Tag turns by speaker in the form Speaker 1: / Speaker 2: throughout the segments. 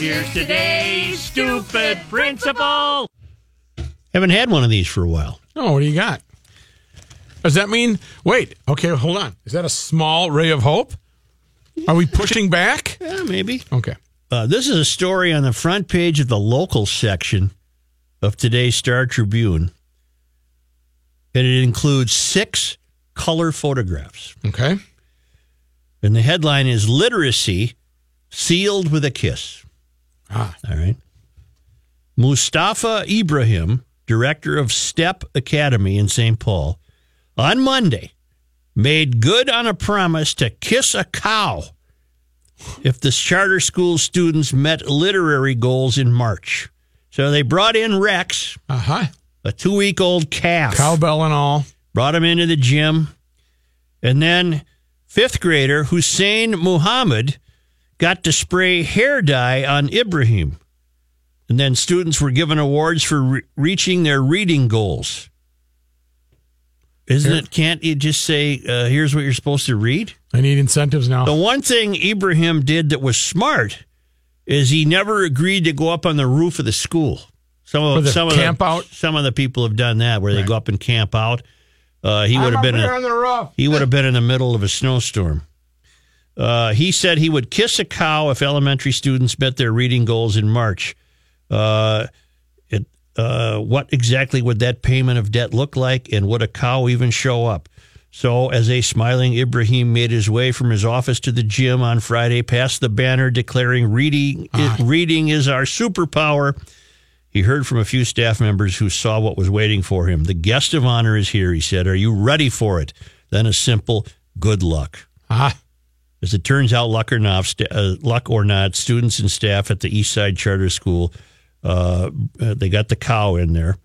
Speaker 1: Here's today's stupid principle.
Speaker 2: Haven't had one of these for a while.
Speaker 3: Oh, what do you got? Does that mean? Wait. Okay, hold on. Is that a small ray of hope? Are we pushing back?
Speaker 2: Yeah, maybe.
Speaker 3: Okay.
Speaker 2: Uh, this is a story on the front page of the local section of today's Star Tribune, and it includes six color photographs.
Speaker 3: Okay.
Speaker 2: And the headline is Literacy Sealed with a Kiss.
Speaker 3: Ah.
Speaker 2: All right. Mustafa Ibrahim, director of STEP Academy in St. Paul, on Monday made good on a promise to kiss a cow if the charter school students met literary goals in March. So they brought in Rex,
Speaker 3: Uh huh.
Speaker 2: a two week old calf
Speaker 3: Cowbell and all.
Speaker 2: brought him into the gym. And then fifth grader Hussein Muhammad got to spray hair dye on Ibrahim. And then students were given awards for re- reaching their reading goals. Isn't it? Can't you just say, uh, here's what you're supposed to read?
Speaker 3: I need incentives now.
Speaker 2: The one thing Ibrahim did that was smart is he never agreed to go up on the roof of the school. Some
Speaker 3: For
Speaker 2: of
Speaker 3: the
Speaker 2: some
Speaker 3: camp
Speaker 2: of the,
Speaker 3: out?
Speaker 2: Some of the people have done that where they go up and camp out. Uh, he would have been in a-
Speaker 3: the roof.
Speaker 2: he would have been in the middle of a snowstorm. Uh, he said he would kiss a cow if elementary students met their reading goals in March. Uh, it, uh, what exactly would that payment of debt look like, and would a cow even show up? So, as a smiling Ibrahim made his way from his office to the gym on Friday, past the banner declaring reading, reading is our superpower, he heard from a few staff members who saw what was waiting for him. The guest of honor is here, he said. Are you ready for it? Then a simple good luck.
Speaker 3: Ah.
Speaker 2: As it turns out, luck or not, st- uh, luck or not, students and staff at the East Side Charter School, uh, uh, they got the cow in there,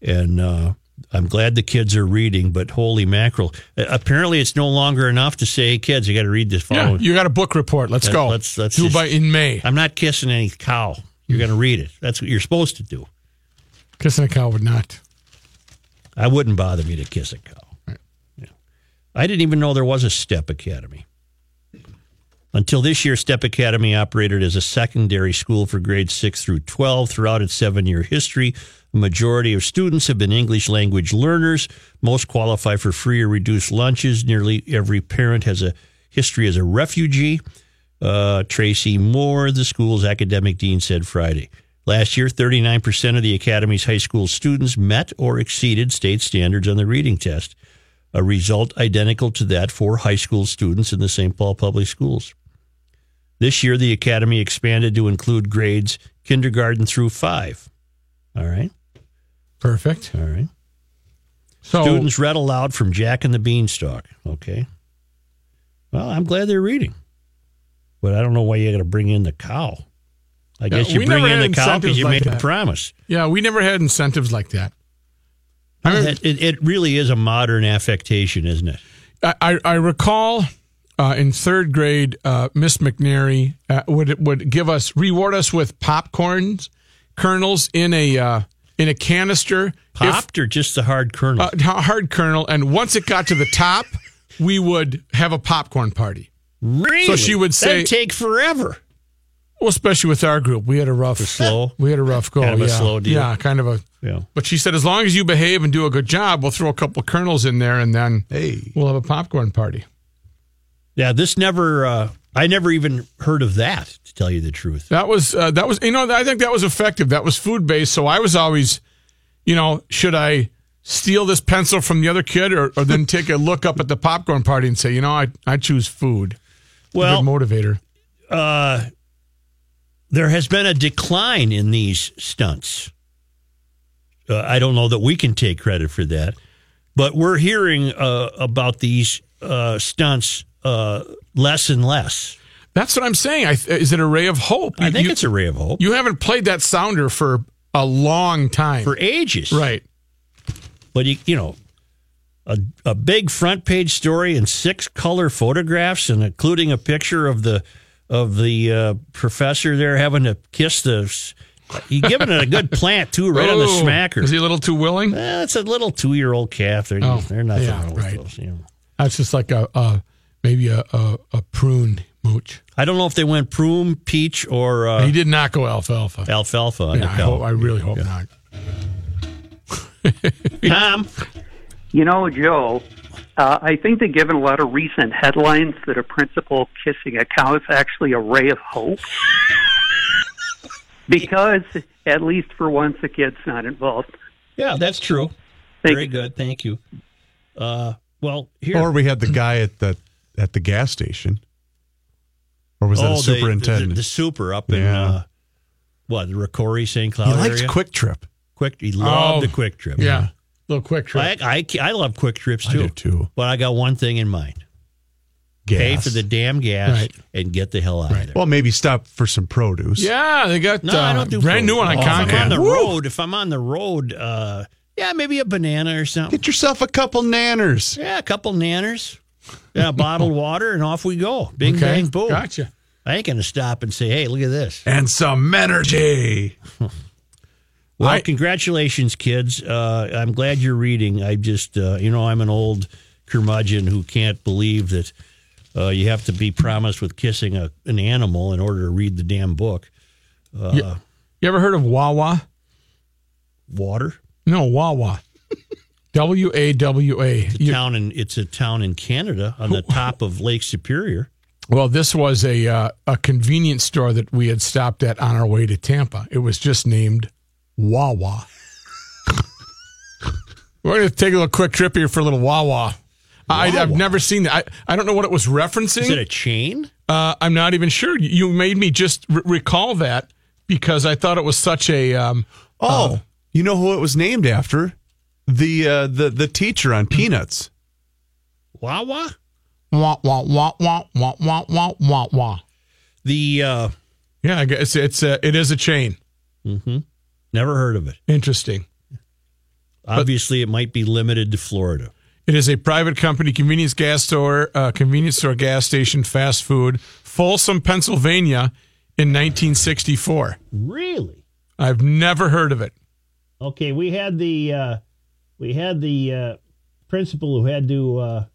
Speaker 2: and uh, I'm glad the kids are reading. But holy mackerel! Uh, apparently, it's no longer enough to say, "Hey, kids, you got to read this."
Speaker 3: Yeah,
Speaker 2: Following.
Speaker 3: you got a book report. Let's
Speaker 2: Let-
Speaker 3: go.
Speaker 2: Oh. let's- let's
Speaker 3: do
Speaker 2: just-
Speaker 3: by in May.
Speaker 2: I'm not kissing any cow. You're going to read it. That's what you're supposed to do.
Speaker 3: Kissing a cow would not.
Speaker 2: I wouldn't bother me to kiss a cow. Yeah. I didn't even know there was a STEP Academy. Until this year, STEP Academy operated as a secondary school for grades 6 through 12 throughout its seven year history. A majority of students have been English language learners. Most qualify for free or reduced lunches. Nearly every parent has a history as a refugee. Uh, Tracy Moore, the school's academic dean, said Friday. Last year, 39% of the Academy's high school students met or exceeded state standards on the reading test, a result identical to that for high school students in the St. Paul Public Schools. This year, the Academy expanded to include grades kindergarten through five. All right.
Speaker 3: Perfect.
Speaker 2: All right.
Speaker 3: So
Speaker 2: Students read aloud from Jack and the Beanstalk. Okay. Well, I'm glad they're reading, but I don't know why you got to bring in the cow. I guess you
Speaker 3: we
Speaker 2: bring
Speaker 3: never
Speaker 2: in the
Speaker 3: had
Speaker 2: cow because
Speaker 3: incentives
Speaker 2: you
Speaker 3: like
Speaker 2: made a
Speaker 3: that.
Speaker 2: promise.
Speaker 3: yeah, we never had incentives like that. I remember-
Speaker 2: That- it, it really is a modern affectation, isn't it?
Speaker 3: I, I- I recall uh, in third grade, uh, Miss McNary uh, would would give us reward us with popcorns kernels in a uh, in a canister, if,
Speaker 2: Popped or just the hard kernel?
Speaker 3: uh, h- hard kernel, and once it got to the top, we would have a popcorn party.
Speaker 2: really?
Speaker 3: so she would say-
Speaker 2: That'd take forever.
Speaker 3: Well, especially with our group, we had a rough
Speaker 2: slow?
Speaker 3: We had a rough go.
Speaker 2: Kind of a
Speaker 3: yeah.
Speaker 2: slow deal.
Speaker 3: Yeah, kind of a.
Speaker 2: Yeah.
Speaker 3: But she said, as long as you behave and do a good job, we'll throw a couple kernels in there, and then we'll have a popcorn party.
Speaker 2: Yeah. This never. Uh, I never even heard of that. To tell you the truth.
Speaker 3: That was uh, that was you know I think that was effective. That was food based, so I was always, you know, should I steal this pencil from the other kid or, or then take a look up at the popcorn party and say, you know, I I choose food.
Speaker 2: Well,
Speaker 3: Good motivator.
Speaker 2: uh, there has been a decline in these stunts. Uh, I don't know that we can take credit for that, but we're hearing uh, about these uh, stunts uh, less and less.
Speaker 3: That's what I'm saying. I, th- is it a ray of hope?
Speaker 2: I
Speaker 3: You-
Speaker 2: think
Speaker 3: you-
Speaker 2: it's a ray of hope
Speaker 3: You haven't played that sounder for a long time.
Speaker 2: for ages,
Speaker 3: right.
Speaker 2: But you, you know, a, a big front page story and six color photographs, and including a picture of the of the uh, professor there having to kiss the. s- He giving it a good plant too, right on the
Speaker 3: Oh,
Speaker 2: smacker.
Speaker 3: Is he a little too willing?
Speaker 2: Eh, it's a little two-year-old calf. They're,
Speaker 3: Oh,
Speaker 2: they're nothing
Speaker 3: yeah,
Speaker 2: wrong with
Speaker 3: right.
Speaker 2: those. You know.
Speaker 3: That's just like a, a maybe a, a, a prune mooch.
Speaker 2: I don't know if they went prune, peach, or uh,
Speaker 3: he did not go alfalfa.
Speaker 2: alfalfa. on
Speaker 3: Yeah,
Speaker 2: the
Speaker 3: I,
Speaker 2: cow.
Speaker 3: hope, I really hope not.
Speaker 2: Tom,
Speaker 4: You know, Joe, uh, I think that given a lot of recent headlines that a principal kissing a cow is actually a ray of hope. because at least for once the kid's not involved.
Speaker 2: yeah, that's true.
Speaker 4: Thank
Speaker 2: Very good. Thank you. Uh, well, here.
Speaker 5: Or we had the guy at the at the gas station. Or was that
Speaker 2: Oh,
Speaker 5: a
Speaker 2: the- The,
Speaker 5: superintendent?
Speaker 2: the, super up in
Speaker 5: Yeah.
Speaker 2: uh, what the Ricori St. Cloud
Speaker 5: he likes
Speaker 2: area.
Speaker 5: Quick Trip.
Speaker 2: quick. He loved
Speaker 3: Oh,
Speaker 2: the quick trip.
Speaker 3: Yeah. little quick trip.
Speaker 2: I, I I love quick trips
Speaker 5: I
Speaker 2: too.
Speaker 5: do too.
Speaker 2: But I got one thing in mind: pay
Speaker 5: Gas.
Speaker 2: for the damn gas
Speaker 3: Right.
Speaker 2: and get the hell out of there.
Speaker 5: well, maybe stop for some produce.
Speaker 3: yeah, they got
Speaker 2: No,
Speaker 3: uh,
Speaker 2: I don't do
Speaker 3: brand new
Speaker 2: fruit.
Speaker 3: one on
Speaker 2: Oh, If I'm on
Speaker 3: Concord.
Speaker 2: the
Speaker 3: Woo!
Speaker 2: road, if I'm on the road, uh, yeah, maybe a banana or something.
Speaker 5: Get yourself a couple nanners.
Speaker 2: Yeah, a couple nanners, yeah, a bottled water, and off we go. Bing bang boom.
Speaker 3: Gotcha.
Speaker 2: I ain't gonna stop and say, "Hey, look at this."
Speaker 5: And some energy.
Speaker 2: Well,
Speaker 3: I-
Speaker 2: congratulations, kids. Uh, I'm glad you're reading. I just, uh, you know, I'm an old curmudgeon who can't believe that uh, you have to be promised with kissing a, an animal in order to read the damn book.
Speaker 3: You ever heard of Wawa?
Speaker 2: Water.
Speaker 3: No, Wawa. W A W A.
Speaker 2: It's a town in it's a town in Canada on the top of Lake Superior.
Speaker 3: Well, this was a uh, a convenience store that we had stopped at on our way to Tampa. It was just named Wawa. We're going to take a little quick trip here for a little Wawa. I, I've
Speaker 2: Wawa?
Speaker 3: never seen that. I, I don't know what it was referencing.
Speaker 2: Is it a chain?
Speaker 3: Uh, I'm not even sure. You made me just r- recall that because I thought it was such a. Um,
Speaker 5: Oh, you know who it was named after? The uh, the the teacher on Peanuts.
Speaker 2: Wawa.
Speaker 3: wah, wah, wah, wah, wah, wah, wah, wah, wah.
Speaker 2: The uh,
Speaker 3: Yeah, I guess it's a, it is a chain.
Speaker 2: never heard of it.
Speaker 3: Interesting.
Speaker 2: Obviously, it might be limited to Florida.
Speaker 3: It is a private company convenience gas store, uh, convenience store, gas station, fast food, Folsom, Pennsylvania, in 1964.
Speaker 2: Really?
Speaker 3: I've never heard of it.
Speaker 2: Okay, we had the uh, we had the uh, principal who had to uh, can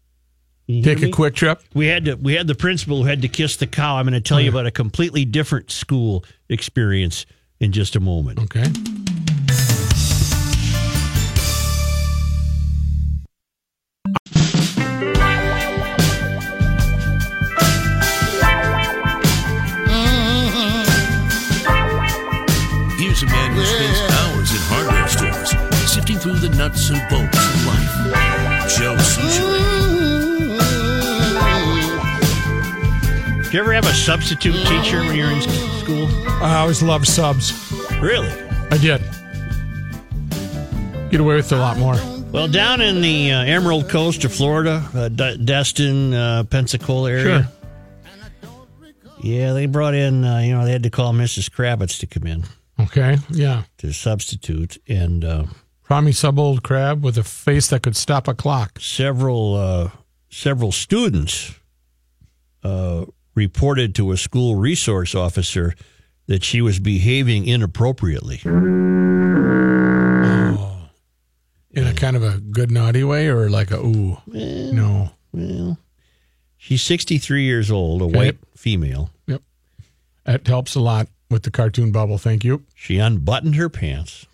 Speaker 2: you hear
Speaker 3: Take a
Speaker 2: me?
Speaker 3: quick trip.
Speaker 2: We had to we had the principal who had to kiss the cow. I'm going to tell you about a completely different school experience in just a moment.
Speaker 3: Okay.
Speaker 6: Here's a man who spends hours in hardware stores, sifting through the nuts and bolts of life. Joe Suchere.
Speaker 2: Did you ever have a substitute teacher when you were in s- school?
Speaker 3: I always loved subs.
Speaker 2: Really?
Speaker 3: I did. Get away with a lot more.
Speaker 2: Well, down in the uh, Emerald Coast of Florida, uh, D- Destin, uh, Pensacola area.
Speaker 3: Sure.
Speaker 2: Yeah, they brought in. Uh, you know, they had to call Mrs. Kravitz to come in
Speaker 3: Okay. Yeah.
Speaker 2: to substitute, and uh,
Speaker 3: Promi sub old crab with a face that could stop a clock.
Speaker 2: several uh, several students uh, reported to a school resource officer that she was behaving inappropriately.
Speaker 3: In a kind of a good naughty way or like a ooh. No.
Speaker 2: Eh, Well, she's 63 years old, a white female.
Speaker 3: Yep. That helps a lot with the cartoon bubble. Thank you.
Speaker 2: She unbuttoned her pants,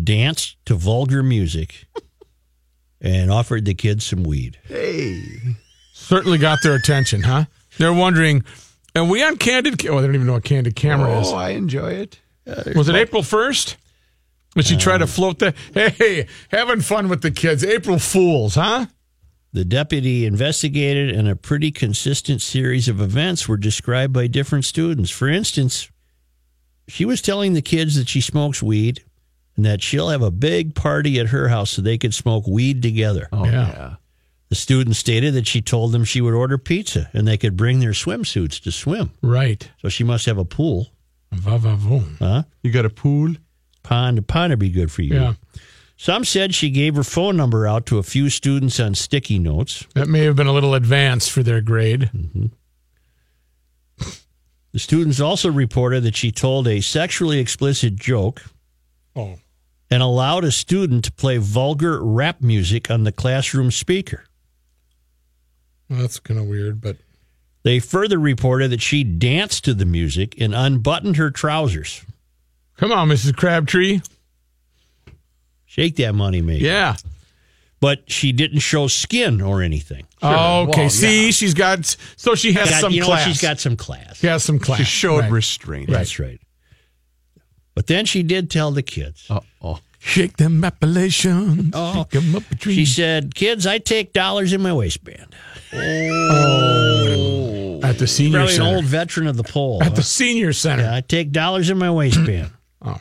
Speaker 2: danced to vulgar music, and offered the kids some weed.
Speaker 3: certainly got their attention, huh? They're wondering, are we on candid? Ca- oh, they don't even know what candid camera
Speaker 5: Oh, I enjoy it. Uh,
Speaker 3: is. Was it April first? Did she try to float that? Hey, having fun with the kids. April Fools, huh?
Speaker 2: The deputy investigated, and a pretty consistent series of events were described by different students. For instance, she was telling the kids that she smokes weed, and that she'll have a big party at her house so they could smoke weed together.
Speaker 5: Oh,
Speaker 3: Yeah.
Speaker 2: The student stated that she told them she would order pizza and they could bring their swimsuits to swim.
Speaker 3: Right.
Speaker 2: So she must have a pool,
Speaker 3: Va va voom.
Speaker 2: huh?
Speaker 5: You got a pool?
Speaker 2: Pond, a pond would be good for you.
Speaker 3: Yeah.
Speaker 2: Some said she gave her phone number out to a few students on sticky notes.
Speaker 3: That may have been a little advanced for their grade.
Speaker 2: The students also reported that she told a sexually explicit joke
Speaker 3: Oh.
Speaker 2: and allowed a student to play vulgar rap music on the classroom speaker.
Speaker 3: Well, that's kind of weird, but
Speaker 2: They further reported that she danced to the music and unbuttoned her trousers.
Speaker 3: come on, Mrs. Crabtree.
Speaker 2: Shake that money, maker.
Speaker 3: Yeah.
Speaker 2: But she didn't show skin or anything.
Speaker 3: Oh, okay.
Speaker 5: Well,
Speaker 3: See, she's got so she has
Speaker 2: Got-
Speaker 3: some
Speaker 2: you know,
Speaker 3: class.
Speaker 2: she's got some class.
Speaker 3: she has some class.
Speaker 5: She showed
Speaker 3: Right.
Speaker 5: restraint.
Speaker 2: That's right. But then she did tell the kids.
Speaker 5: oh.
Speaker 3: Shake them Appalachians.
Speaker 2: Oh.
Speaker 3: Oh. Shake them up a tree.
Speaker 2: She said, "Kids, I take dollars in my waistband."
Speaker 3: at the senior
Speaker 2: Probably an
Speaker 3: center.
Speaker 2: old veteran of the poll.
Speaker 3: at the senior center.
Speaker 2: Yeah, Uh, I take dollars in my waistband.
Speaker 3: Oh.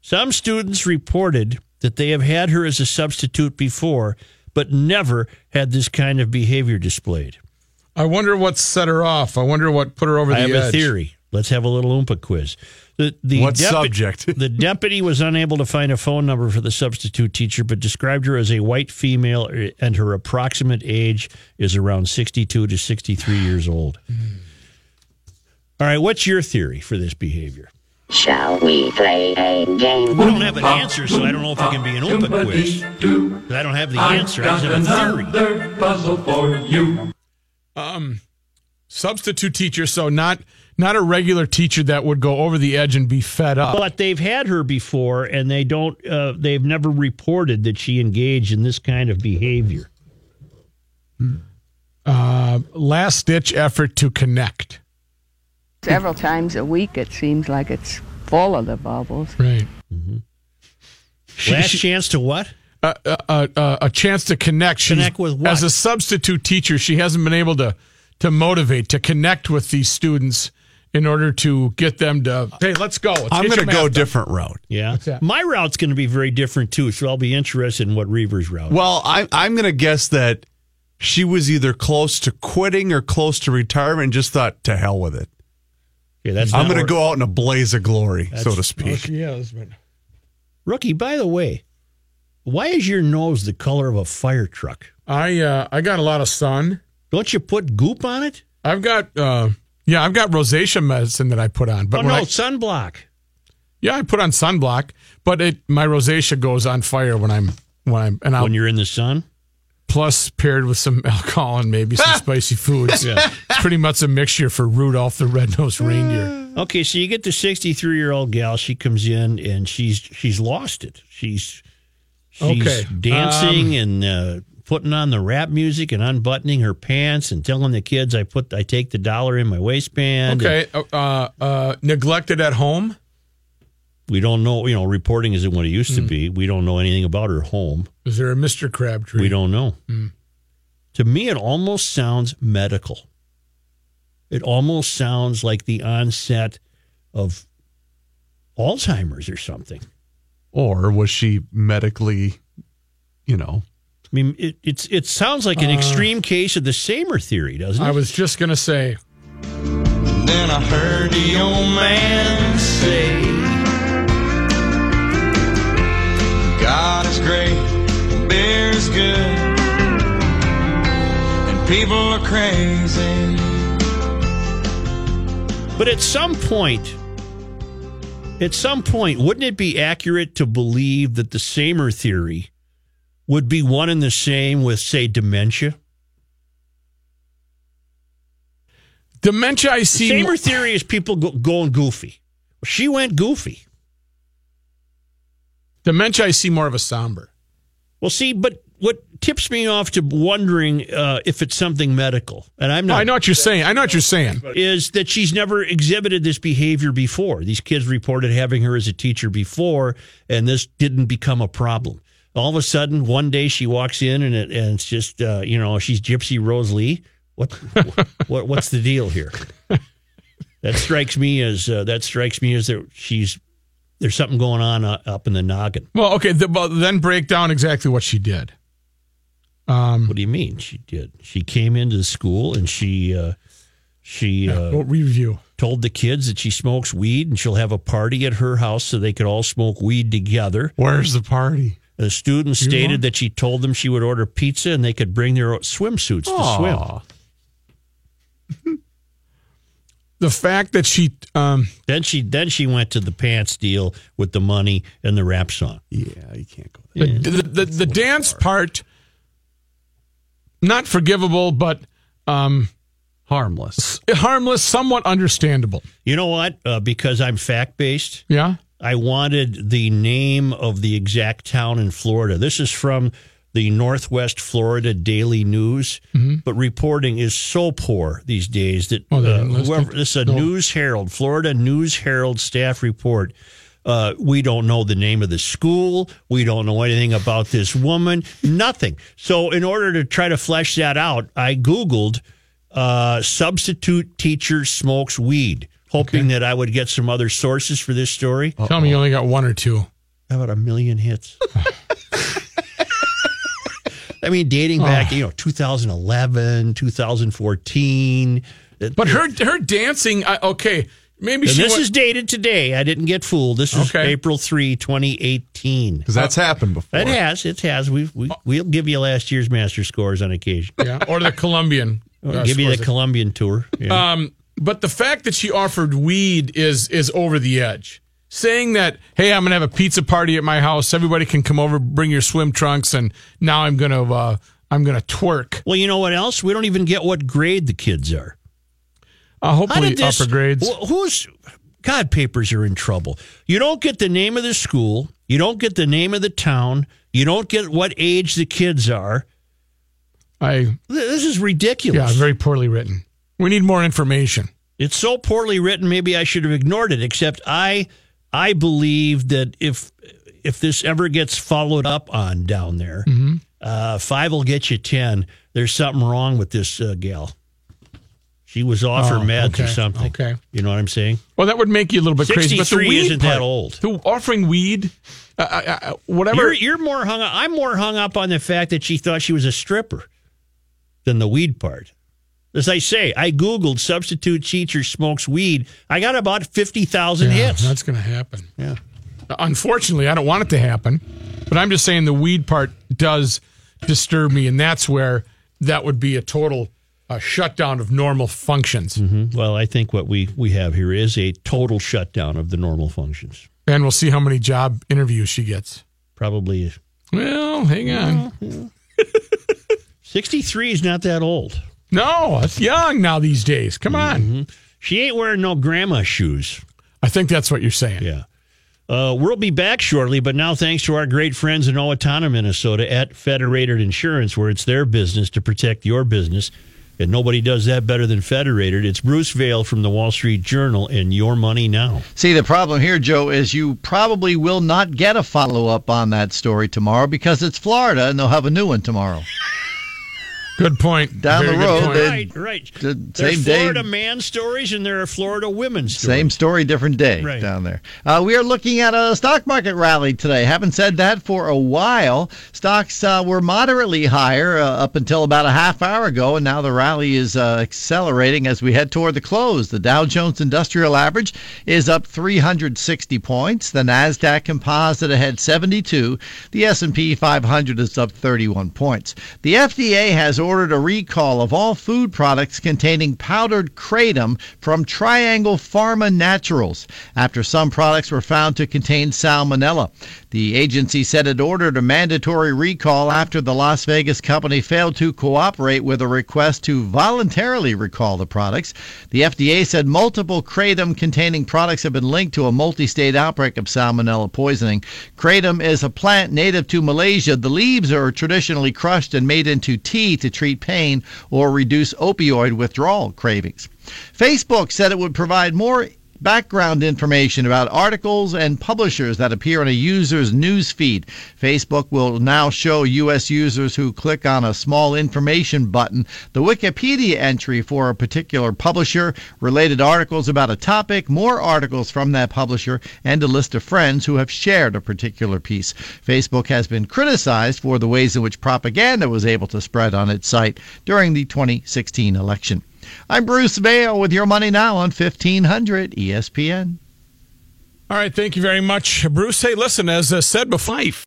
Speaker 2: Some students reported that they have had her as a substitute before, but never had this kind of behavior displayed.
Speaker 3: I wonder what set her off. I wonder what put her over
Speaker 2: I
Speaker 3: the
Speaker 2: have
Speaker 3: edge.
Speaker 2: a theory. Let's have a little Oompa quiz. The, the
Speaker 5: What subject?
Speaker 2: the deputy was unable to find a phone number for the substitute teacher, but described her as a white female, eh, and her approximate age is around 62 to 63 years old.
Speaker 3: Hmm.
Speaker 2: All right, what's your theory for this behavior?
Speaker 7: Shall we play a game?
Speaker 2: We don't have an answer, so I don't know if it can be an Oompa quiz. 'Cause I don't have the answer. I just have a theory.
Speaker 3: Um, Substitute teacher, so not not a regular teacher that would go over the edge and be fed up.
Speaker 2: But they've had her before, and they don't. Uh, they've never reported that she engaged in this kind of behavior.
Speaker 3: Last ditch effort to connect.
Speaker 8: Several times a week, it seems like it's full of the bubbles.
Speaker 3: Right.
Speaker 2: Mm-hmm. Last chance to what?
Speaker 3: a, a, a, a chance to connect. She's-
Speaker 2: Connect with what?
Speaker 3: As a substitute teacher, she hasn't been able to to motivate to connect with these students in order to get them to hey, let's go. Let's
Speaker 5: I'm
Speaker 3: get your
Speaker 5: going to go
Speaker 3: math done."
Speaker 5: different route.
Speaker 2: Yeah.
Speaker 3: that?
Speaker 2: My route's going to be very different too, so I'll be interested in what Reaver's route. is.
Speaker 5: Well, I, I'm going to guess that she was either close to quitting or close to retirement and just thought, to hell with it.
Speaker 2: Okay, that's
Speaker 5: I'm
Speaker 2: not
Speaker 5: going to
Speaker 2: where-
Speaker 5: go out in a blaze of glory, so to
Speaker 3: Oh,
Speaker 5: speak.
Speaker 3: she is, but
Speaker 2: Rookie, by the way, why is your nose the color of a fire truck?
Speaker 3: I uh, I got a lot of sun.
Speaker 2: Don't you put goop on it?
Speaker 3: I've got uh, yeah, I've got rosacea medicine that I put on. But
Speaker 2: oh
Speaker 3: when
Speaker 2: no,
Speaker 3: I,
Speaker 2: sunblock.
Speaker 3: yeah, I put on sunblock, but it my rosacea goes on fire when I'm when I'm and I'm
Speaker 2: When you're in the sun.
Speaker 3: plus paired with some alcohol and maybe some spicy foods. Yeah. It's pretty much a mixture for Rudolph the Red-Nosed Reindeer.
Speaker 2: Okay, so you get the 63 year old gal. She comes in and she's she's lost it. She's she's
Speaker 3: Okay, um,
Speaker 2: dancing and uh, putting on the rap music and unbuttoning her pants and telling the kids, "I put I take the dollar in my waistband." and
Speaker 3: Okay. Uh, uh, uh, neglected at home.
Speaker 2: we don't know. You know, reporting isn't what it used to
Speaker 3: Hmm.
Speaker 2: be. We don't know anything about her home.
Speaker 3: Is there a Mr. Crabtree?
Speaker 2: We don't know.
Speaker 3: Hmm.
Speaker 2: To me, it almost sounds medical. It almost sounds like the onset of Alzheimer's or something.
Speaker 5: Or was she medically, you know,
Speaker 2: I mean, it, it's it sounds like an extreme case of the Samer theory, doesn't it?
Speaker 3: Uh. I was just gonna say.
Speaker 9: Then I heard the old man say, God is great, beer is good, and people are crazy.
Speaker 2: But at some point, at some point, wouldn't it be accurate to believe that the Samer theory would be one and the same with, say, dementia?
Speaker 3: Dementia, I see.
Speaker 2: Samer theory is people go, going goofy. She went goofy.
Speaker 3: dementia, I see more of a somber.
Speaker 2: Well, see, but what tips me off to wondering uh, if it's something medical, and I'm
Speaker 3: No,
Speaker 2: not.
Speaker 3: I know what you're saying. I know what you're saying.
Speaker 2: Is that she's never exhibited this behavior before? These kids reported having her as a teacher before, and this didn't become a problem. All of a sudden, one day she walks in, and, it, and it's just uh, you know she's Gypsy Rose Lee. What, what what's the deal here? That strikes me as uh, that strikes me as that she's there's something going on uh, up in the noggin.
Speaker 3: Well, okay, the, but then break down exactly what she did.
Speaker 2: Um, what do you mean she did? She came into the school and she uh, she
Speaker 3: Yeah,
Speaker 2: uh,
Speaker 3: we'll review.
Speaker 2: told the kids that she smokes weed and she'll have a party at her house so they could all smoke weed together.
Speaker 5: Where's the party?
Speaker 2: The students
Speaker 5: You
Speaker 2: stated
Speaker 5: want-
Speaker 2: that she told them she would order pizza and they could bring their own swimsuits to swim.
Speaker 5: Aw.
Speaker 3: The fact that she um,
Speaker 2: then she then she went to the pants deal with the money and the rap song.
Speaker 5: Yeah, you can't go
Speaker 3: The, the, the, the dance part, not forgivable, but um,
Speaker 5: harmless.
Speaker 3: harmless, somewhat understandable.
Speaker 2: You know what? Uh, because I'm fact based,
Speaker 3: Yeah.
Speaker 2: I wanted the name of the exact town in Florida. This is from the Northwest Florida Daily News, but reporting is so poor these days that
Speaker 3: Mm-hmm. Oh, they
Speaker 2: uh,
Speaker 3: didn't list it?
Speaker 2: whoever this is a
Speaker 3: No.
Speaker 2: News Herald, Florida News Herald staff report. Uh, we don't know the name of the school. We don't know anything about this woman. Nothing. So, in order to try to flesh that out, I Googled uh, substitute teacher smokes weed, hoping that I would get some other sources for this story.
Speaker 3: Tell me you only got one or two.
Speaker 2: How about a million hits? I mean, dating back,
Speaker 3: Oh.
Speaker 2: you know, 2011, 2014.
Speaker 3: But her her dancing, I, okay, maybe
Speaker 2: And
Speaker 3: she
Speaker 2: this
Speaker 3: wa-
Speaker 2: is dated today. I didn't get fooled. This is
Speaker 3: Okay.
Speaker 2: April 3, 2018.
Speaker 5: Because that's happened before.
Speaker 2: It has. It has. We've, we, we'll give you last year's master scores on occasion.
Speaker 3: yeah, or the Colombian. uh,
Speaker 2: Oh, give you
Speaker 3: scores
Speaker 2: the Colombian tour. Yeah.
Speaker 3: Um, but the fact that she offered weed is is over the edge. Saying that, hey, I'm gonna have a pizza party at my house. Everybody can come over, bring your swim trunks, and now I'm gonna uh, I'm gonna twerk.
Speaker 2: well, you know what else? We don't even get what grade the kids are.
Speaker 3: Uh,
Speaker 2: How
Speaker 3: hopefully,
Speaker 2: did this-
Speaker 3: upper grades.
Speaker 2: wh- Who's God? Papers are in trouble. You don't get the name of the school. You don't get the name of the town. You don't get what age the kids are.
Speaker 3: I
Speaker 2: Th- This is
Speaker 3: yeah,
Speaker 2: ridiculous.
Speaker 3: very poorly written. We need more information.
Speaker 2: it's so poorly written. Maybe I should have ignored it. Except I, I believe that if if this ever gets followed up on down there,
Speaker 3: Mm-hmm.
Speaker 2: uh, five will get you ten. There's something wrong with this uh, gal. She was off
Speaker 3: Oh,
Speaker 2: her meds or
Speaker 3: okay,
Speaker 2: something.
Speaker 3: okay.
Speaker 2: you know what I'm saying?
Speaker 3: Well, that would make you a little bit crazy. But the
Speaker 2: 63
Speaker 3: weed
Speaker 2: isn't that
Speaker 3: part,
Speaker 2: old.
Speaker 3: The offering weed, uh, uh, uh, whatever.
Speaker 2: You're, you're more hung up. I'm more hung up on the fact that she thought she was a stripper than the weed part. As I say, I Googled substitute teacher smokes weed. I got about 50,000
Speaker 3: Yeah,
Speaker 2: hits.
Speaker 3: That's going to happen.
Speaker 2: Yeah.
Speaker 3: Unfortunately, I don't want it to happen, but I'm just saying the weed part does disturb me, and that's where that would be a total uh, shutdown of normal functions.
Speaker 2: Mm-hmm. Well, I think what we, we have here is a total shutdown of the normal functions.
Speaker 3: And we'll see how many job interviews she gets.
Speaker 2: Probably
Speaker 3: Well, hang on.
Speaker 2: 63 is not that old.
Speaker 3: No, it's young now these days. Come on.
Speaker 2: Mm-hmm. She ain't wearing no grandma shoes.
Speaker 3: I think that's what you're saying.
Speaker 2: Yeah. Uh, we'll be back shortly, but now thanks to our great friends in Owatonna, Minnesota at Federated Insurance, where it's their business to protect your business. And nobody does that better than Federated. It's Bruce Vail from the Wall Street Journal and Your Money Now.
Speaker 10: See, the problem here, Joe, is you probably will not get a follow up on that story tomorrow because it's Florida and they'll have a new one tomorrow.
Speaker 3: Good point.
Speaker 10: Down
Speaker 3: Very
Speaker 10: the
Speaker 3: good
Speaker 10: road,
Speaker 3: point.
Speaker 10: they-
Speaker 2: Right, right.
Speaker 10: Oh, The
Speaker 2: There are
Speaker 10: same day-
Speaker 2: Florida man stories and there are Florida women stories.
Speaker 10: Same story, different day
Speaker 2: Right.
Speaker 10: down there. Uh, we are looking at a stock market rally today. Haven't said that for a while. Stocks uh, were moderately higher uh, up until about a half hour ago, and now the rally is uh, accelerating as we head toward the close. The Dow Jones Industrial Average is up 360 points. The Nasdaq Composite ahead 72. The S&P 500 is up 31 points. The FDA has ordered a recall of all food products containing powdered kratom from Triangle Pharma Naturals after some products were found to contain salmonella. The agency said it ordered a mandatory recall after the Las Vegas company failed to cooperate with a request to voluntarily recall the products. The FDA said multiple kratom containing products have been linked to a multi state outbreak of salmonella poisoning. Kratom is a plant native to Malaysia. The leaves are traditionally crushed and made into tea to treat pain or reduce opioid withdrawal cravings. Facebook said it would provide more background information about articles and publishers that appear on a user's news feed. Facebook will now show U.S. users who click on a small information button the Wikipedia entry for a particular publisher, related articles about a topic, more articles from that publisher, and a list of friends who have shared a particular piece. Facebook has been criticized for the ways in which propaganda was able to spread on its site during the 2016 election. I'm Bruce Vail with your money now on E 1500 ESPN.
Speaker 3: All right, thank you very much, Bruce. Hey, listen, as uh, said before, life.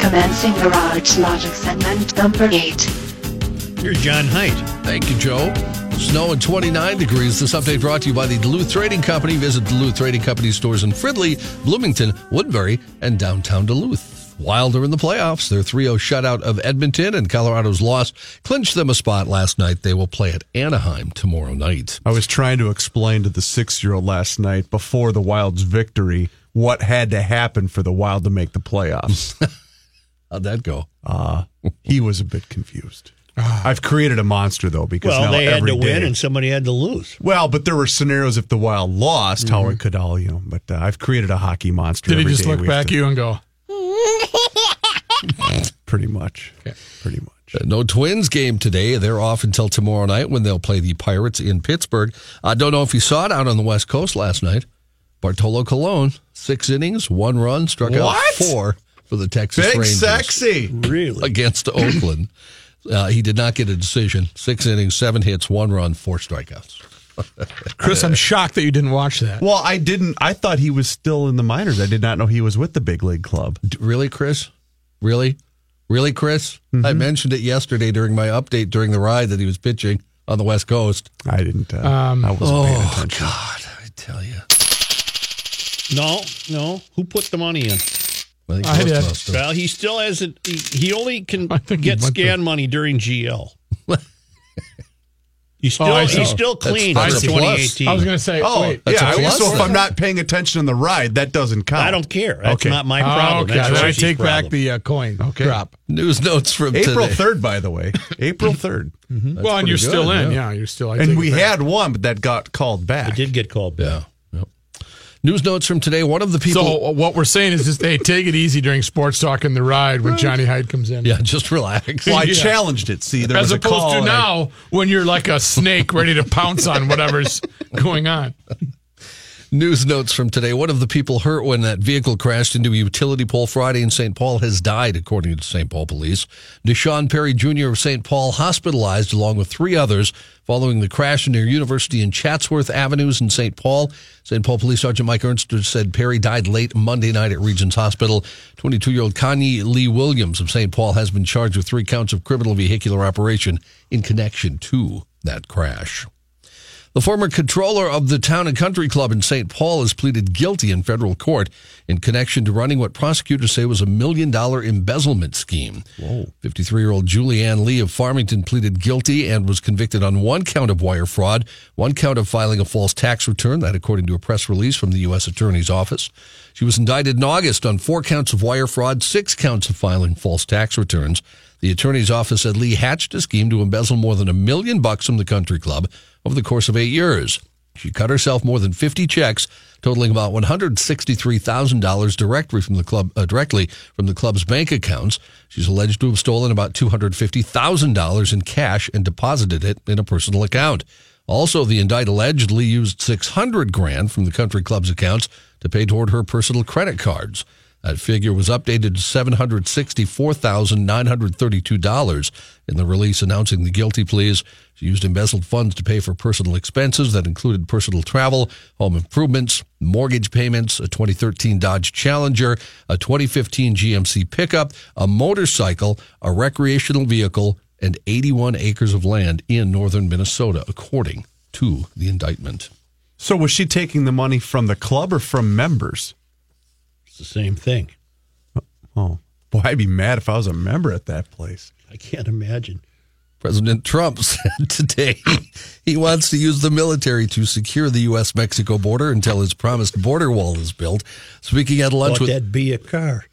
Speaker 11: Commencing garage logic segment number eight.
Speaker 2: Here's John Height.
Speaker 12: Thank you, Joe. Snow and 29 degrees. This update brought to you by the Duluth Trading Company. Visit Duluth Trading Company stores in Fridley, Bloomington, Woodbury, and downtown Duluth. Wild are in the playoffs. Their 3 0 shutout of Edmonton and Colorado's loss clinched them a spot last night. They will play at Anaheim tomorrow night.
Speaker 5: I was trying to explain to the six year old last night before the Wild's victory what had to happen for the Wild to make the playoffs.
Speaker 12: How'd that go?
Speaker 5: Uh, he was a bit confused. I've created a monster though because
Speaker 2: Ah. Well,
Speaker 5: now
Speaker 2: they had
Speaker 5: every
Speaker 2: to win
Speaker 5: day-
Speaker 2: and somebody had to lose.
Speaker 5: well, but there were scenarios if the Wild lost, how it
Speaker 2: Mhm.
Speaker 5: could all you know. But uh, I've created a hockey monster.
Speaker 3: Mm-hmm. Did he
Speaker 5: every
Speaker 3: just
Speaker 5: day
Speaker 3: look
Speaker 5: we have
Speaker 3: back at you and go,
Speaker 5: to- pretty much. Pretty much.
Speaker 12: Uh, No Twins game today. They're off until tomorrow night when they'll play the Pirates in Pittsburgh. I don't know if you saw it out on the West Coast last night. Bartolo Colon, six innings, one run, struck out
Speaker 5: What?
Speaker 12: four for the Texas
Speaker 5: Big
Speaker 12: Rangers.
Speaker 5: sexy.
Speaker 12: Really? Against Oakland. uh, he did not get a decision. Six innings, seven hits, one run, four strikeouts.
Speaker 3: Chris, I'm shocked that you didn't watch that.
Speaker 5: Well, I didn't. I thought he was still in the minors. I did not know he was with the big league club.
Speaker 12: Really, Chris? Really? Really, Chris? I mentioned it yesterday during my update during the ride that he was pitching on the West Coast.
Speaker 5: I didn't. Uh,
Speaker 3: Um,
Speaker 5: I wasn't
Speaker 12: oh,
Speaker 5: paying attention.
Speaker 12: God. I tell you.
Speaker 2: No, no. Who put the money in?
Speaker 12: I think
Speaker 3: I most of did. us did.
Speaker 2: Well, he still hasn't. He, he only can
Speaker 3: he
Speaker 2: get
Speaker 3: went to-
Speaker 2: scan money during GL. he's still,
Speaker 3: Oh, I see.
Speaker 2: he's still
Speaker 3: That's-
Speaker 2: clean
Speaker 3: that's
Speaker 2: for
Speaker 3: a plus.
Speaker 2: 2018.
Speaker 3: I was gonna say,
Speaker 5: Oh,
Speaker 3: wait.
Speaker 12: That's a
Speaker 5: yeah. I-
Speaker 12: plus,
Speaker 5: so if
Speaker 12: then.
Speaker 5: I'm not paying attention on the ride, that doesn't count.
Speaker 2: I don't care. That's not my problem.
Speaker 3: Okay,
Speaker 2: That's
Speaker 3: then I
Speaker 2: Richie's
Speaker 3: take back
Speaker 2: problem.
Speaker 3: the uh, coin
Speaker 5: Okay.
Speaker 3: drop.
Speaker 12: News notes from
Speaker 5: April
Speaker 12: today.
Speaker 5: third, by the way. April third.
Speaker 3: well, and
Speaker 12: pretty
Speaker 3: you're
Speaker 12: good,
Speaker 3: still in.
Speaker 12: yeah.
Speaker 3: Yeah, you're still. Mm-hmm. I take
Speaker 5: and
Speaker 3: it
Speaker 5: we
Speaker 3: back.
Speaker 5: had one, but that got called back.
Speaker 2: It did get called back.
Speaker 12: Yeah. Yep. News notes from today. One of the people.
Speaker 3: So uh, what we're saying is, just hey, take it easy during sports talk and the ride when Johnny Hyde comes in.
Speaker 12: yeah, just relax.
Speaker 5: Well, I
Speaker 3: Yeah.
Speaker 5: challenged it. See, there
Speaker 3: As
Speaker 5: was a
Speaker 3: opposed
Speaker 5: call.
Speaker 3: to
Speaker 5: and I-
Speaker 3: now, when you're like a snake ready to pounce on whatever's going on.
Speaker 12: News notes from today. One of the people hurt when that vehicle crashed into a utility pole Friday in St. Paul has died, according to St. Paul police. Deshaun Perry Jr. of St. Paul hospitalized along with three others following the crash near University and Chatsworth Avenues in St. Paul. St. Paul Police Sergeant Mike Ernst said Perry died late Monday night at Regents Hospital. 22 year old Kanye Lee Williams of St. Paul has been charged with three counts of criminal vehicular operation in connection to that crash. The former controller of the Town and Country Club in St. Paul has pleaded guilty in federal court in connection to running what prosecutors say was a million dollar embezzlement scheme. 53 year old Julianne Lee of Farmington pleaded guilty and was convicted on one count of wire fraud, one count of filing a false tax return, that according to a press release from the U.S. Attorney's Office. She was indicted in August on four counts of wire fraud, six counts of filing false tax returns. The attorney's office said Lee hatched a scheme to embezzle more than a million bucks from the country club over the course of eight years. She cut herself more than 50 checks, totaling about $163,000 directly from the club uh, directly from the club's bank accounts. She's alleged to have stolen about $250,000 in cash and deposited it in a personal account. Also, the indict allegedly used 600 grand from the country club's accounts to pay toward her personal credit cards. That figure was updated to $764,932 in the release announcing the guilty pleas. She used embezzled funds to pay for personal expenses that included personal travel, home improvements, mortgage payments, a 2013 Dodge Challenger, a 2015 GMC pickup, a motorcycle, a recreational vehicle, and 81 acres of land in northern Minnesota, according to the indictment.
Speaker 5: So was she taking the money from the club or from members?
Speaker 2: It's the same thing.
Speaker 5: Oh, boy, I'd be mad if I was a member at that place.
Speaker 2: I can't imagine.
Speaker 12: President Trump said today he wants to use the military to secure the U.S. Mexico border until his promised border wall is built. Speaking at lunch
Speaker 2: Thought
Speaker 12: with
Speaker 2: that'd be a car.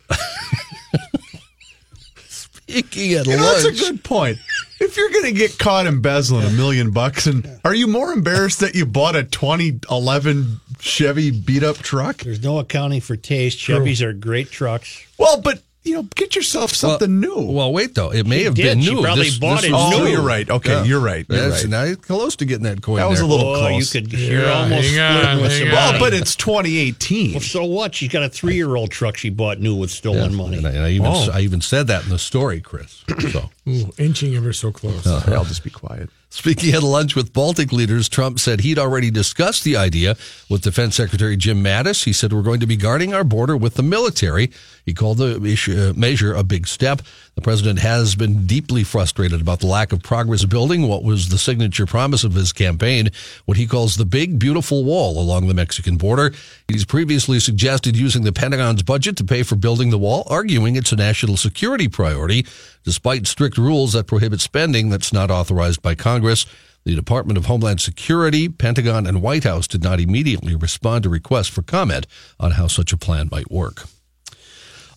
Speaker 12: Speaking at
Speaker 5: You know,
Speaker 12: lunch,
Speaker 5: that's a good point. If you're going to get caught embezzling a million bucks, and are you more embarrassed that you bought a 2011 Chevy beat up truck?
Speaker 2: There's no accounting for taste. Chevys are great trucks.
Speaker 5: Well, but you know, get yourself something new.
Speaker 12: Uh, Well, wait though, it may
Speaker 2: She
Speaker 12: have
Speaker 2: did.
Speaker 12: been
Speaker 2: She
Speaker 12: new.
Speaker 2: probably bought it
Speaker 12: was
Speaker 5: new.
Speaker 12: new.
Speaker 5: Oh, you're right. Okay, you're right. You're
Speaker 12: That's-
Speaker 5: right.
Speaker 12: Now you're close to getting that coin.
Speaker 5: That was
Speaker 12: there.
Speaker 5: a little
Speaker 2: Oh,
Speaker 5: close.
Speaker 2: you could. You're
Speaker 5: Yeah,
Speaker 2: almost
Speaker 5: hang on,
Speaker 2: flirting with
Speaker 5: hang
Speaker 2: somebody.
Speaker 5: on. Well, but it's 2018.
Speaker 2: Well, so what? She's got a three-year-old truck she bought new with stolen money.
Speaker 12: And I, and I even
Speaker 2: Oh.
Speaker 12: I even said that in the story, Chris. So
Speaker 3: Ooh, inching ever so close.
Speaker 5: I'll just be quiet.
Speaker 12: Speaking at lunch with Baltic leaders, Trump said he'd already discussed the idea with Defense Secretary Jim Mattis. He said, We're going to be guarding our border with the military. He called the issue, uh, measure a big step. The president has been deeply frustrated about the lack of progress building what was the signature promise of his campaign, what he calls the Big Beautiful Wall along the Mexican border. He's previously suggested using the Pentagon's budget to pay for building the wall, arguing it's a national security priority, despite strict rules that prohibit spending that's not authorized by Congress. The Department of Homeland Security, Pentagon, and White House did not immediately respond to requests for comment on how such a plan might work.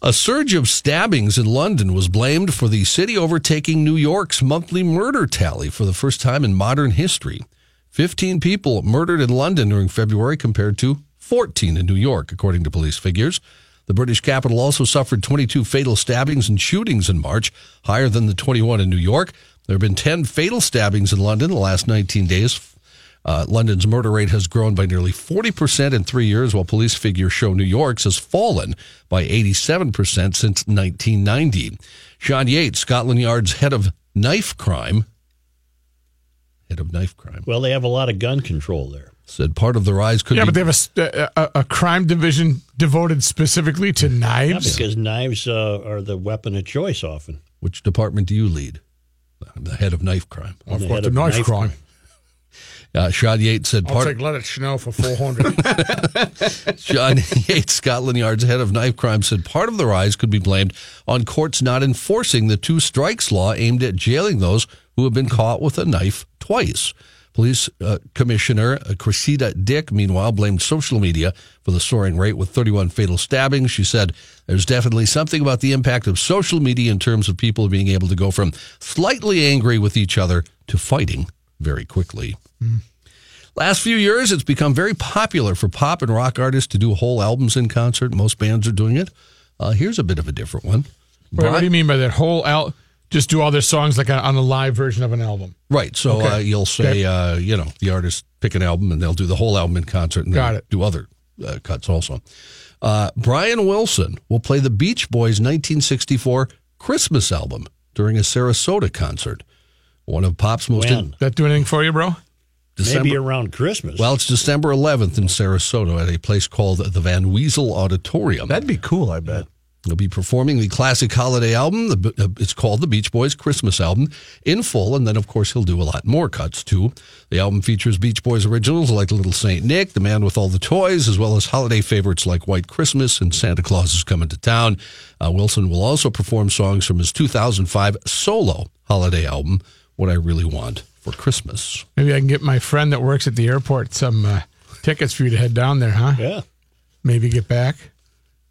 Speaker 12: A surge of stabbings in London was blamed for the city overtaking New York's monthly murder tally for the first time in modern history. 15 people murdered in London during February compared to 14 in New York, according to police figures. The British capital also suffered 22 fatal stabbings and shootings in March, higher than the 21 in New York. There have been 10 fatal stabbings in London in the last 19 days, uh, London's murder rate has grown by nearly 40% in three years, while police figures show New York's has fallen by 87% since 1990. Sean Yates, Scotland Yard's head of knife crime, head of knife crime,
Speaker 2: Well, they have a lot of gun control there.
Speaker 12: said part of the rise could
Speaker 3: yeah,
Speaker 12: be
Speaker 3: but they have a s- a, a, a crime division devoted specifically to
Speaker 2: Yeah,
Speaker 3: knives.
Speaker 2: because knives uh, are the weapon of choice often.
Speaker 12: Which department do you lead? I'm the head of knife crime.
Speaker 2: I'm the
Speaker 3: head of knife crime.
Speaker 12: Uh, Sean Yates said
Speaker 3: I'll
Speaker 12: part.
Speaker 3: take let it snow for four hundred.
Speaker 12: John Yates, Scotland Yard's head of knife crime, said part of the rise could be blamed on courts not enforcing the two strikes law aimed at jailing those who have been caught with a knife twice. Police uh, Commissioner uh, Cressida Dick, meanwhile, blamed social media for the soaring rate with 31 fatal stabbings. She said, There's definitely something about the impact of social media in terms of people being able to go from slightly angry with each other to fighting very quickly. Last few years, it's become very popular for pop and rock artists to do whole albums in concert. Most bands are doing it. Uh, here's a bit of a different one.
Speaker 3: Wait, what do you mean by that? Whole out, just do all their songs like on, on a live version of an album.
Speaker 12: Right. So uh,
Speaker 3: Okay.
Speaker 12: you'll say, uh, you know, the artist pick an album and they'll do the whole album in concert and
Speaker 3: Got
Speaker 12: they'll
Speaker 3: it.
Speaker 12: do other uh, cuts also. Uh, Brian Wilson will play the Beach Boys' 1964 Christmas album during a Sarasota concert. One of pop's most
Speaker 2: When?
Speaker 3: That do anything for you, bro?
Speaker 2: Maybe around Christmas.
Speaker 12: Well, it's December 11th in Sarasota at a place called the Van Weasel Auditorium.
Speaker 5: That'd be cool, I bet.
Speaker 12: They'll be performing the classic holiday album. The, uh, it's called the Beach Boys Christmas Album in full, and then of course he'll do a lot more cuts too. The album features Beach Boys originals like Little Saint Nick, The Man with All the Toys, as well as holiday favorites like White Christmas and Santa Claus is Coming to Town. Uh, Wilson will also perform songs from his 2005 solo holiday album, What I Really Want for Christmas.
Speaker 3: Maybe I can get my friend that works at the airport some uh, tickets for you to head down there, huh?
Speaker 2: yeah.
Speaker 3: Maybe get back.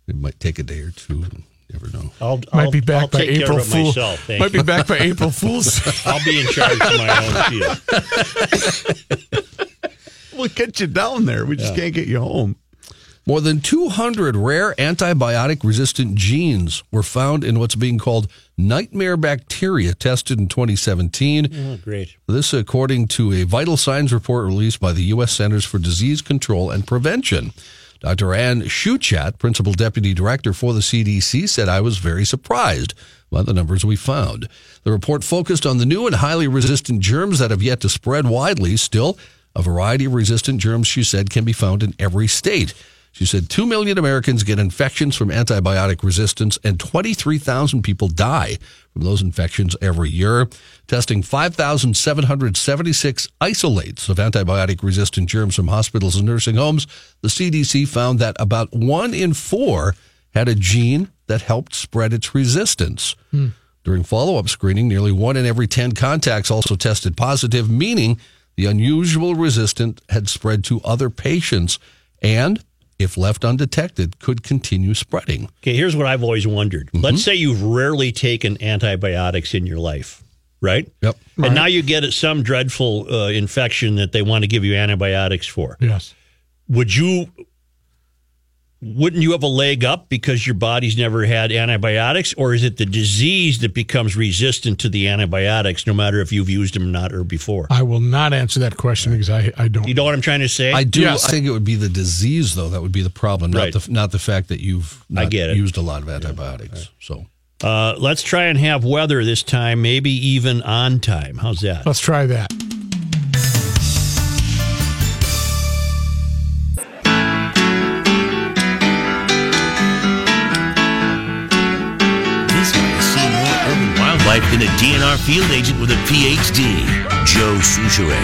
Speaker 12: It might take a day or two. Never know.
Speaker 2: I'll,
Speaker 3: Might
Speaker 2: I'll-
Speaker 3: be back
Speaker 2: I'll
Speaker 3: by
Speaker 2: take care
Speaker 3: April
Speaker 2: of it
Speaker 3: Fool.
Speaker 2: myself, thank
Speaker 3: Might be
Speaker 2: you.
Speaker 3: back by April Fool's.
Speaker 2: I'll be in charge of my own field.
Speaker 5: We'll get you down there. We just
Speaker 12: Yeah.
Speaker 5: can't get you home.
Speaker 12: More than 200 rare antibiotic resistant genes were found in what's being called nightmare bacteria tested in 2017.
Speaker 2: Oh, great.
Speaker 12: This, according to a vital signs report released by the U.S. Centers for Disease Control and Prevention. Dr. Ann Schuchat, principal deputy director for the CDC, said, I was very surprised by the numbers we found. The report focused on the new and highly resistant germs that have yet to spread widely. Still, a variety of resistant germs, she said, can be found in every state. She said 2 million Americans get infections from antibiotic resistance and 23,000 people die from those infections every year. Testing 5,776 isolates of antibiotic resistant germs from hospitals and nursing homes, the CDC found that about one in four had a gene that helped spread its resistance. During follow up screening, nearly one in every 10 contacts also tested positive, meaning the unusual resistant had spread to other patients and, if left undetected, could continue spreading.
Speaker 2: Okay, here's what I've always wondered.
Speaker 3: Mm-hmm.
Speaker 2: Let's say you've rarely taken antibiotics in your life, right?
Speaker 12: Yep.
Speaker 2: And now you get some dreadful uh, infection that they want to give you antibiotics for.
Speaker 3: Yes.
Speaker 2: Would you? Wouldn't you have a leg up because your body's never had antibiotics, or is it the disease that becomes resistant to the antibiotics, no matter if you've used them or not or before?
Speaker 3: I will not answer that question because I, I don't.
Speaker 2: You know what I'm trying to say?
Speaker 12: I do think it would be the disease, though, that would be the problem, not,
Speaker 2: Right.
Speaker 12: the, not the fact that you've
Speaker 2: I
Speaker 12: not
Speaker 2: get it.
Speaker 12: used a lot of antibiotics. So.
Speaker 2: Uh, let's try and have weather this time, maybe even on time. How's that?
Speaker 3: Let's try that.
Speaker 6: This way to see more urban wildlife than a DNR field agent with a PhD, Joe Souchere.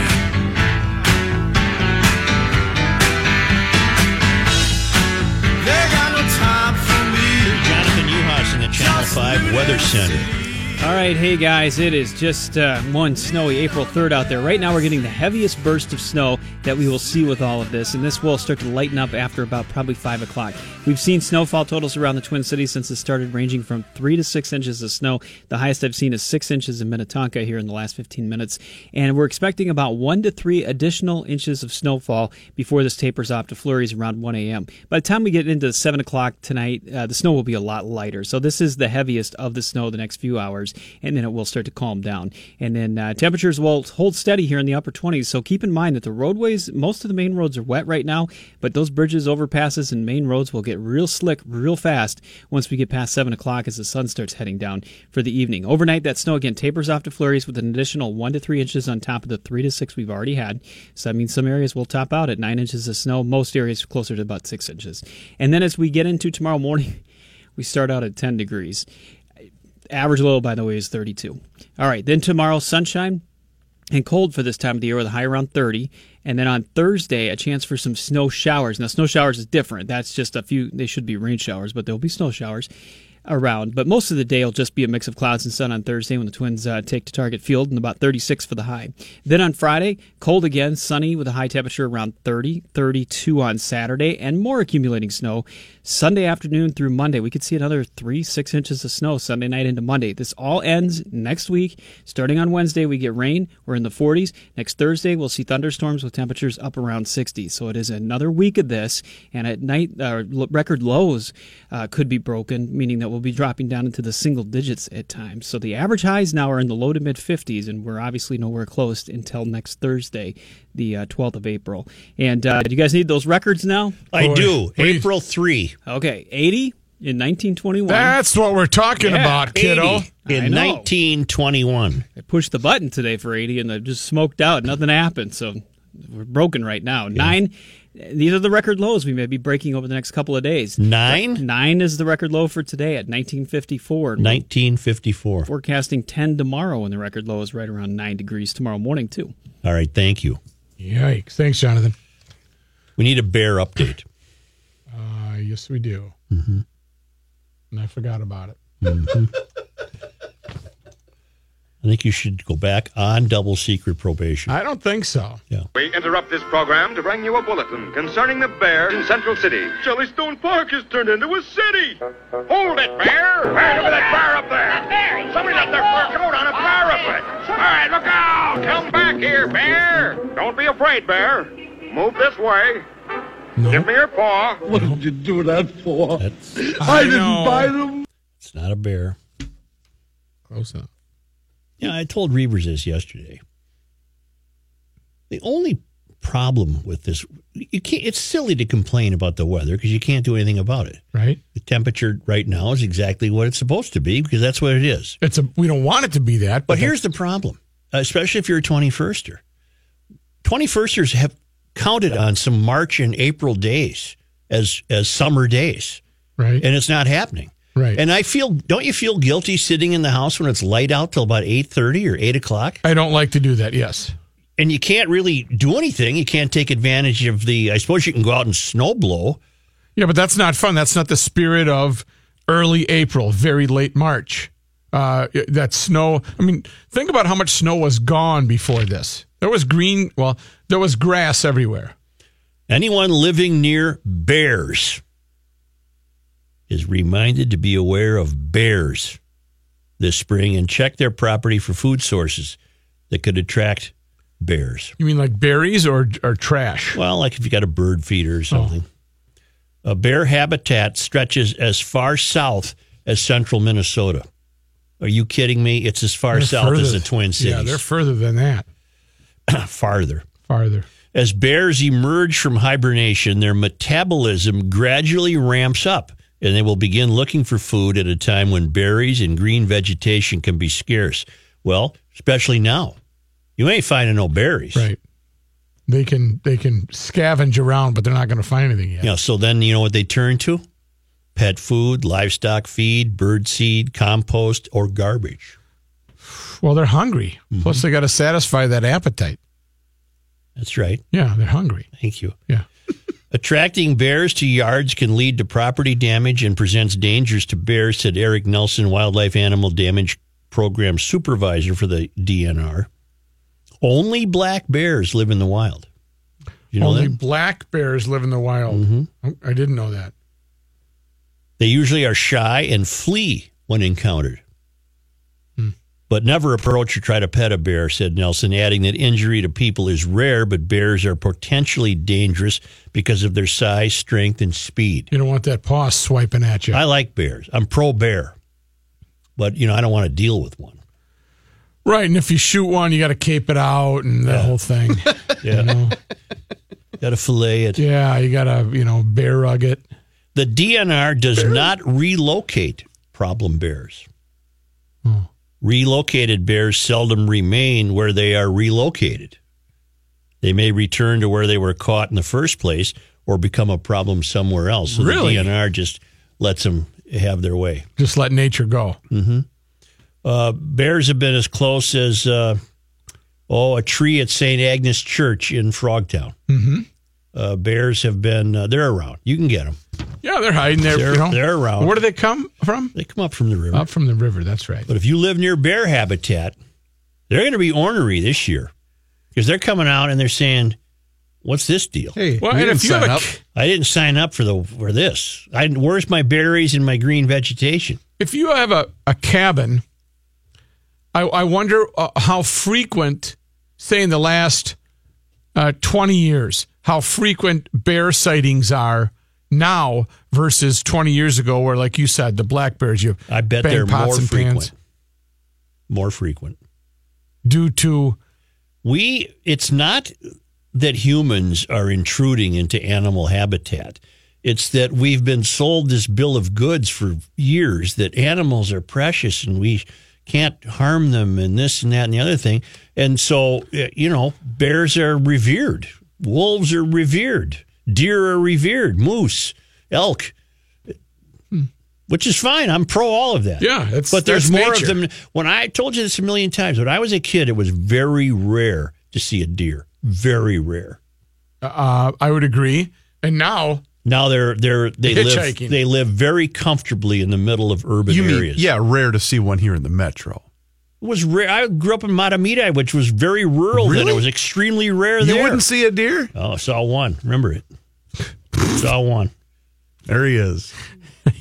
Speaker 9: They got no time for me.
Speaker 2: Jonathan Uhas in the Channel 5 Weather Center.
Speaker 13: All right, hey guys, it is just uh, one snowy April 3rd out there. Right now, we're getting the heaviest burst of snow that we will see with all of this, and this will start to lighten up after about probably 5 o'clock. We've seen snowfall totals around the Twin Cities since it started, ranging from 3 to 6 inches of snow. The highest I've seen is 6 inches in Minnetonka here in the last 15 minutes, and we're expecting about 1 to 3 additional inches of snowfall before this tapers off to flurries around 1 a.m. By the time we get into 7 o'clock tonight, uh, the snow will be a lot lighter. So this is the heaviest of the snow the next few hours, and then it will start to calm down. And then uh, temperatures will hold steady here in the upper 20s. So keep in mind that the roadways, most of the main roads are wet right now, but those bridges, overpasses, and main roads will get real slick real fast once we get past 7 o'clock as the sun starts heading down for the evening. Overnight, that snow again tapers off to flurries with an additional 1 to 3 inches on top of the 3 to 6 we've already had. So that means some areas will top out at 9 inches of snow, most areas closer to about 6 inches. And then as we get into tomorrow morning, we start out at 10 degrees. Average low, by the way, is 32. All right, then tomorrow, sunshine and cold for this time of the year with a high around 30. And then on Thursday, a chance for some snow showers. Now, snow showers is different. That's just a few, they should be rain showers, but there'll be snow showers around. But most of the day will just be a mix of clouds and sun on Thursday when the Twins uh, take to Target Field and about 36 for the high. Then on Friday, cold again, sunny with a high temperature around 30, 32 on Saturday, and more accumulating snow. Sunday afternoon through Monday, we could see another three, six inches of snow Sunday night into Monday. This all ends next week. Starting on Wednesday, we get rain. We're in the 40s. Next Thursday, we'll see thunderstorms with temperatures up around 60. So it is another week of this, and at night, uh, l- record lows uh, could be broken, meaning that we'll be dropping down into the single digits at times. So the average highs now are in the low to mid 50s, and we're obviously nowhere close until next Thursday, the uh, 12th of April. And uh, do you guys need those records now?
Speaker 2: I do. April 3.
Speaker 13: Okay, 80 in 1921.
Speaker 3: That's what we're talking
Speaker 13: Yeah,
Speaker 3: about, kiddo.
Speaker 13: 80 in
Speaker 2: 1921.
Speaker 13: I pushed the button today for 80 and I just smoked out. Nothing happened. So we're broken right now. Nine. These are the record lows we may be breaking over the next couple of days.
Speaker 2: Nine?
Speaker 13: Nine is the record low for today at 1954. And we're
Speaker 2: 1954.
Speaker 13: Forecasting 10 tomorrow, and the record low is right around 9 degrees tomorrow morning, too.
Speaker 2: All right, thank you.
Speaker 3: Yikes. Thanks, Jonathan.
Speaker 2: We need a bear update.
Speaker 3: Uh, yes, we do.
Speaker 2: Mm-hmm.
Speaker 3: And I forgot about it.
Speaker 2: I think you should go back on double secret probation.
Speaker 3: I don't think so.
Speaker 2: Yeah.
Speaker 14: We interrupt this program to bring you a bulletin concerning the bear in Central City. Jellystone Park has turned into a city. Hold it, bear! Hey, look at that bear up there! That bear! Somebody's up there for a coat on a bear up it! All right, look out! Come back here, bear! Don't be afraid, bear. Move this way. Give me your paw. What did you do that for?
Speaker 2: I didn't
Speaker 3: know.
Speaker 2: buy them. It's not a bear.
Speaker 3: Close enough.
Speaker 2: Yeah, I told Reavers this yesterday. The only problem with this, you can't. It's silly to complain about the weather because you can't do anything about it.
Speaker 3: Right.
Speaker 2: The temperature right now is exactly what it's supposed to be because that's what it is.
Speaker 3: It's a we don't want it to be that.
Speaker 2: But here's the problem, especially if you're a 21ster. 21sters have counted on some March and April days as as summer days.
Speaker 3: Right.
Speaker 2: And it's not happening.
Speaker 3: Right.
Speaker 2: And I feel don't you feel guilty sitting in the house when it's light out till about eight thirty or eight o'clock?
Speaker 3: I don't like to do that, yes.
Speaker 2: And you can't really do anything. You can't take advantage of the I suppose you can go out and snow blow.
Speaker 3: Yeah, but that's not fun. That's not the spirit of early April, very late March. uh, that snow. I mean, think about how much snow was gone before this. There was green, well, there was grass everywhere.
Speaker 2: Anyone living near bears is reminded to be aware of bears this spring and check their property for food sources that could attract bears.
Speaker 3: You mean like berries or, or trash?
Speaker 2: Well, like if you got a bird feeder or something. A bear habitat stretches as far south as central Minnesota. Are you kidding me? It's as far
Speaker 3: They're
Speaker 2: south as
Speaker 3: further-
Speaker 2: the Twin Cities.
Speaker 3: Yeah, they're further than that.
Speaker 2: farther.
Speaker 3: Farther.
Speaker 2: As bears emerge from hibernation, their metabolism gradually ramps up, and they will begin looking for food at a time when berries and green vegetation can be scarce. Well, especially now. You ain't finding no berries.
Speaker 3: Right. They can they can scavenge around, but they're not going to find anything yet.
Speaker 2: Yeah. So then you know what they turn to? Pet food, livestock feed, bird seed, compost, or garbage.
Speaker 3: Well, they're hungry.
Speaker 2: Mm-hmm.
Speaker 3: Plus, they got to satisfy that appetite.
Speaker 2: That's right.
Speaker 3: Yeah, they're hungry.
Speaker 2: Thank you.
Speaker 3: Yeah.
Speaker 2: Attracting bears to yards can lead to property damage and presents dangers to bears, said Eric Nelson, Wildlife Animal Damage Program Supervisor for the DNR. Only black bears live in the wild. You know
Speaker 3: Only
Speaker 2: that? Mm-hmm.
Speaker 3: black bears live in the wild. Oh, I I didn't know that.
Speaker 2: They usually are shy and flee when encountered.
Speaker 3: Hmm.
Speaker 2: But never approach or try to pet a bear, said Nelson, adding that injury to people is rare, but bears are potentially dangerous because of their size, strength, and speed.
Speaker 3: You don't want that paw swiping at you.
Speaker 2: I like bears. I'm pro bear, but you know I don't want to deal with one.
Speaker 3: Right, and if you shoot one, you got to cape it out and that whole thing.
Speaker 2: Yeah, got to fillet it.
Speaker 3: yeah, you got to you know bear rug it.
Speaker 2: The DNR does not relocate problem bears.
Speaker 3: Hmm.
Speaker 2: Relocated bears seldom remain where they are relocated. They may return to where they were caught in the first place, or become a problem somewhere else. So
Speaker 3: Really?
Speaker 2: the DNR just lets them have their way.
Speaker 3: Just let nature go.
Speaker 2: hmm Uh, bears have been as close as uh, oh a tree at St. Agnes Church in Frogtown.
Speaker 3: Mm-hmm.
Speaker 2: Uh, bears have been uh, they're around. You can get them.
Speaker 3: Yeah, they're hiding there.
Speaker 2: They're-
Speaker 3: you know.
Speaker 2: they're around.
Speaker 3: Where do they come from?
Speaker 2: They come up from the river.
Speaker 3: Up from the river. That's right.
Speaker 2: But if you live near bear habitat, they're going to be ornery this year because they're coming out and they're saying, "What's this deal?
Speaker 3: Hey, Well, we and if didn't you have sign a- up.
Speaker 2: I didn't sign up for the for this. I, where's my berries and my green vegetation?
Speaker 3: if you have a, a cabin, I, I wonder uh, how frequent, say in the last uh, 20 years, how frequent bear sightings are now versus 20 years ago, where, like you said, the black bears, you
Speaker 2: I bet
Speaker 3: bang
Speaker 2: they're
Speaker 3: pots
Speaker 2: more
Speaker 3: and
Speaker 2: frequent.
Speaker 3: pans
Speaker 2: More frequent."
Speaker 3: due to
Speaker 2: we it's not that humans are intruding into animal habitat it's that we've been sold this bill of goods for years that animals are precious and we can't harm them and this and that and the other thing and so eh, you know bears are revered wolves are revered deer are revered moose elk which is fine. I'm pro all of that.
Speaker 3: Yeah, that's-
Speaker 2: but there's
Speaker 3: that's
Speaker 2: more
Speaker 3: nature.
Speaker 2: of them. When I told you this a million times, when I was a kid, it was very rare to see a deer. Very rare.
Speaker 3: Uh, I would agree. And now,
Speaker 2: Now they're they're they live
Speaker 3: Hitchhiking.
Speaker 2: they live very comfortably in the middle of urban
Speaker 5: You mean,
Speaker 2: areas.
Speaker 5: yeah, rare to see one here in the metro.
Speaker 2: It was rare. I grew up in Matamidi, which was very rural. Then
Speaker 5: Really?
Speaker 2: it was extremely rare.
Speaker 5: You
Speaker 2: there.
Speaker 5: wouldn't see a deer?
Speaker 2: Oh, I saw one. Remember it? saw one.
Speaker 5: There he is.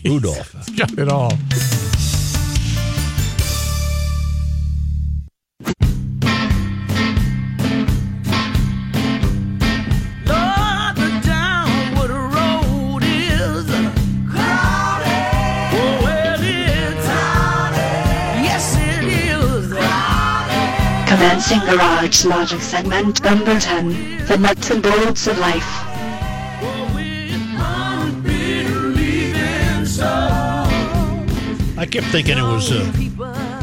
Speaker 2: Rudolph.
Speaker 3: got it all.
Speaker 9: Lord, the downward road is crowded. Oh, well, it's crowded. Yes, it is crowded.
Speaker 11: Commencing Garage Logic segment number 10, the nuts and bolts of life.
Speaker 9: Leaving so.
Speaker 2: I kept thinking it was uh,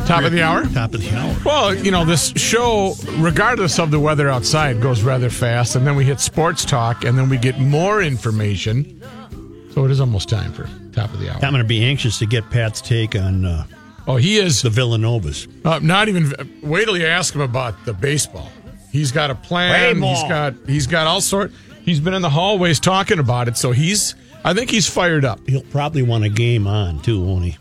Speaker 3: Top of the hour?
Speaker 2: Top of the hour.
Speaker 3: Well, you know, this show, regardless of the weather outside, goes rather fast. And then we hit sports talk, and then we get more information. So it is almost time for top of the hour.
Speaker 2: I'm going to be anxious to get Pat's take on. Uh,
Speaker 3: oh, he is
Speaker 2: the Villanovas.
Speaker 3: Uh, not even. Wait till you ask him about the baseball. He's got a plan.
Speaker 2: Baseball.
Speaker 3: He's got. He's got all sort. He's been in the hallways talking about it. So he's. I think he's fired up.
Speaker 2: He'll probably want a game on too, won't he?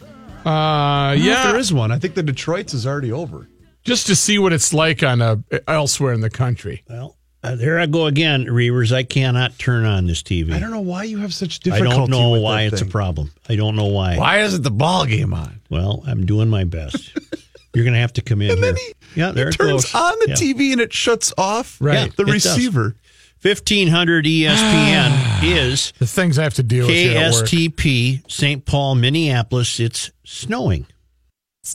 Speaker 3: Uh,
Speaker 5: don't know if
Speaker 3: yeah,
Speaker 5: there is
Speaker 3: one. I think the Detroit's is already over. Just to see what it's like on a elsewhere in the country.
Speaker 2: Well, Uh, there I go again, Reavers. I cannot turn on this TV.
Speaker 5: I don't know why you have such
Speaker 2: I
Speaker 5: difficulty.
Speaker 2: don't know
Speaker 5: with
Speaker 2: why
Speaker 5: that
Speaker 2: it's
Speaker 5: thing.
Speaker 2: a problem. I don't know why.
Speaker 5: Why isn't the ball game on?
Speaker 2: Well, I'm doing my best. You're going to have to come in here. yeah, there it,
Speaker 5: turns
Speaker 2: goes.
Speaker 5: on the
Speaker 2: Yeah.
Speaker 5: TV and it shuts off
Speaker 2: Right.
Speaker 5: the
Speaker 2: It does.
Speaker 5: receiver.
Speaker 2: 1500 ESPN is
Speaker 3: the things I have to deal with. here at work.
Speaker 2: KSTP St. Paul, Minneapolis. It's snowing.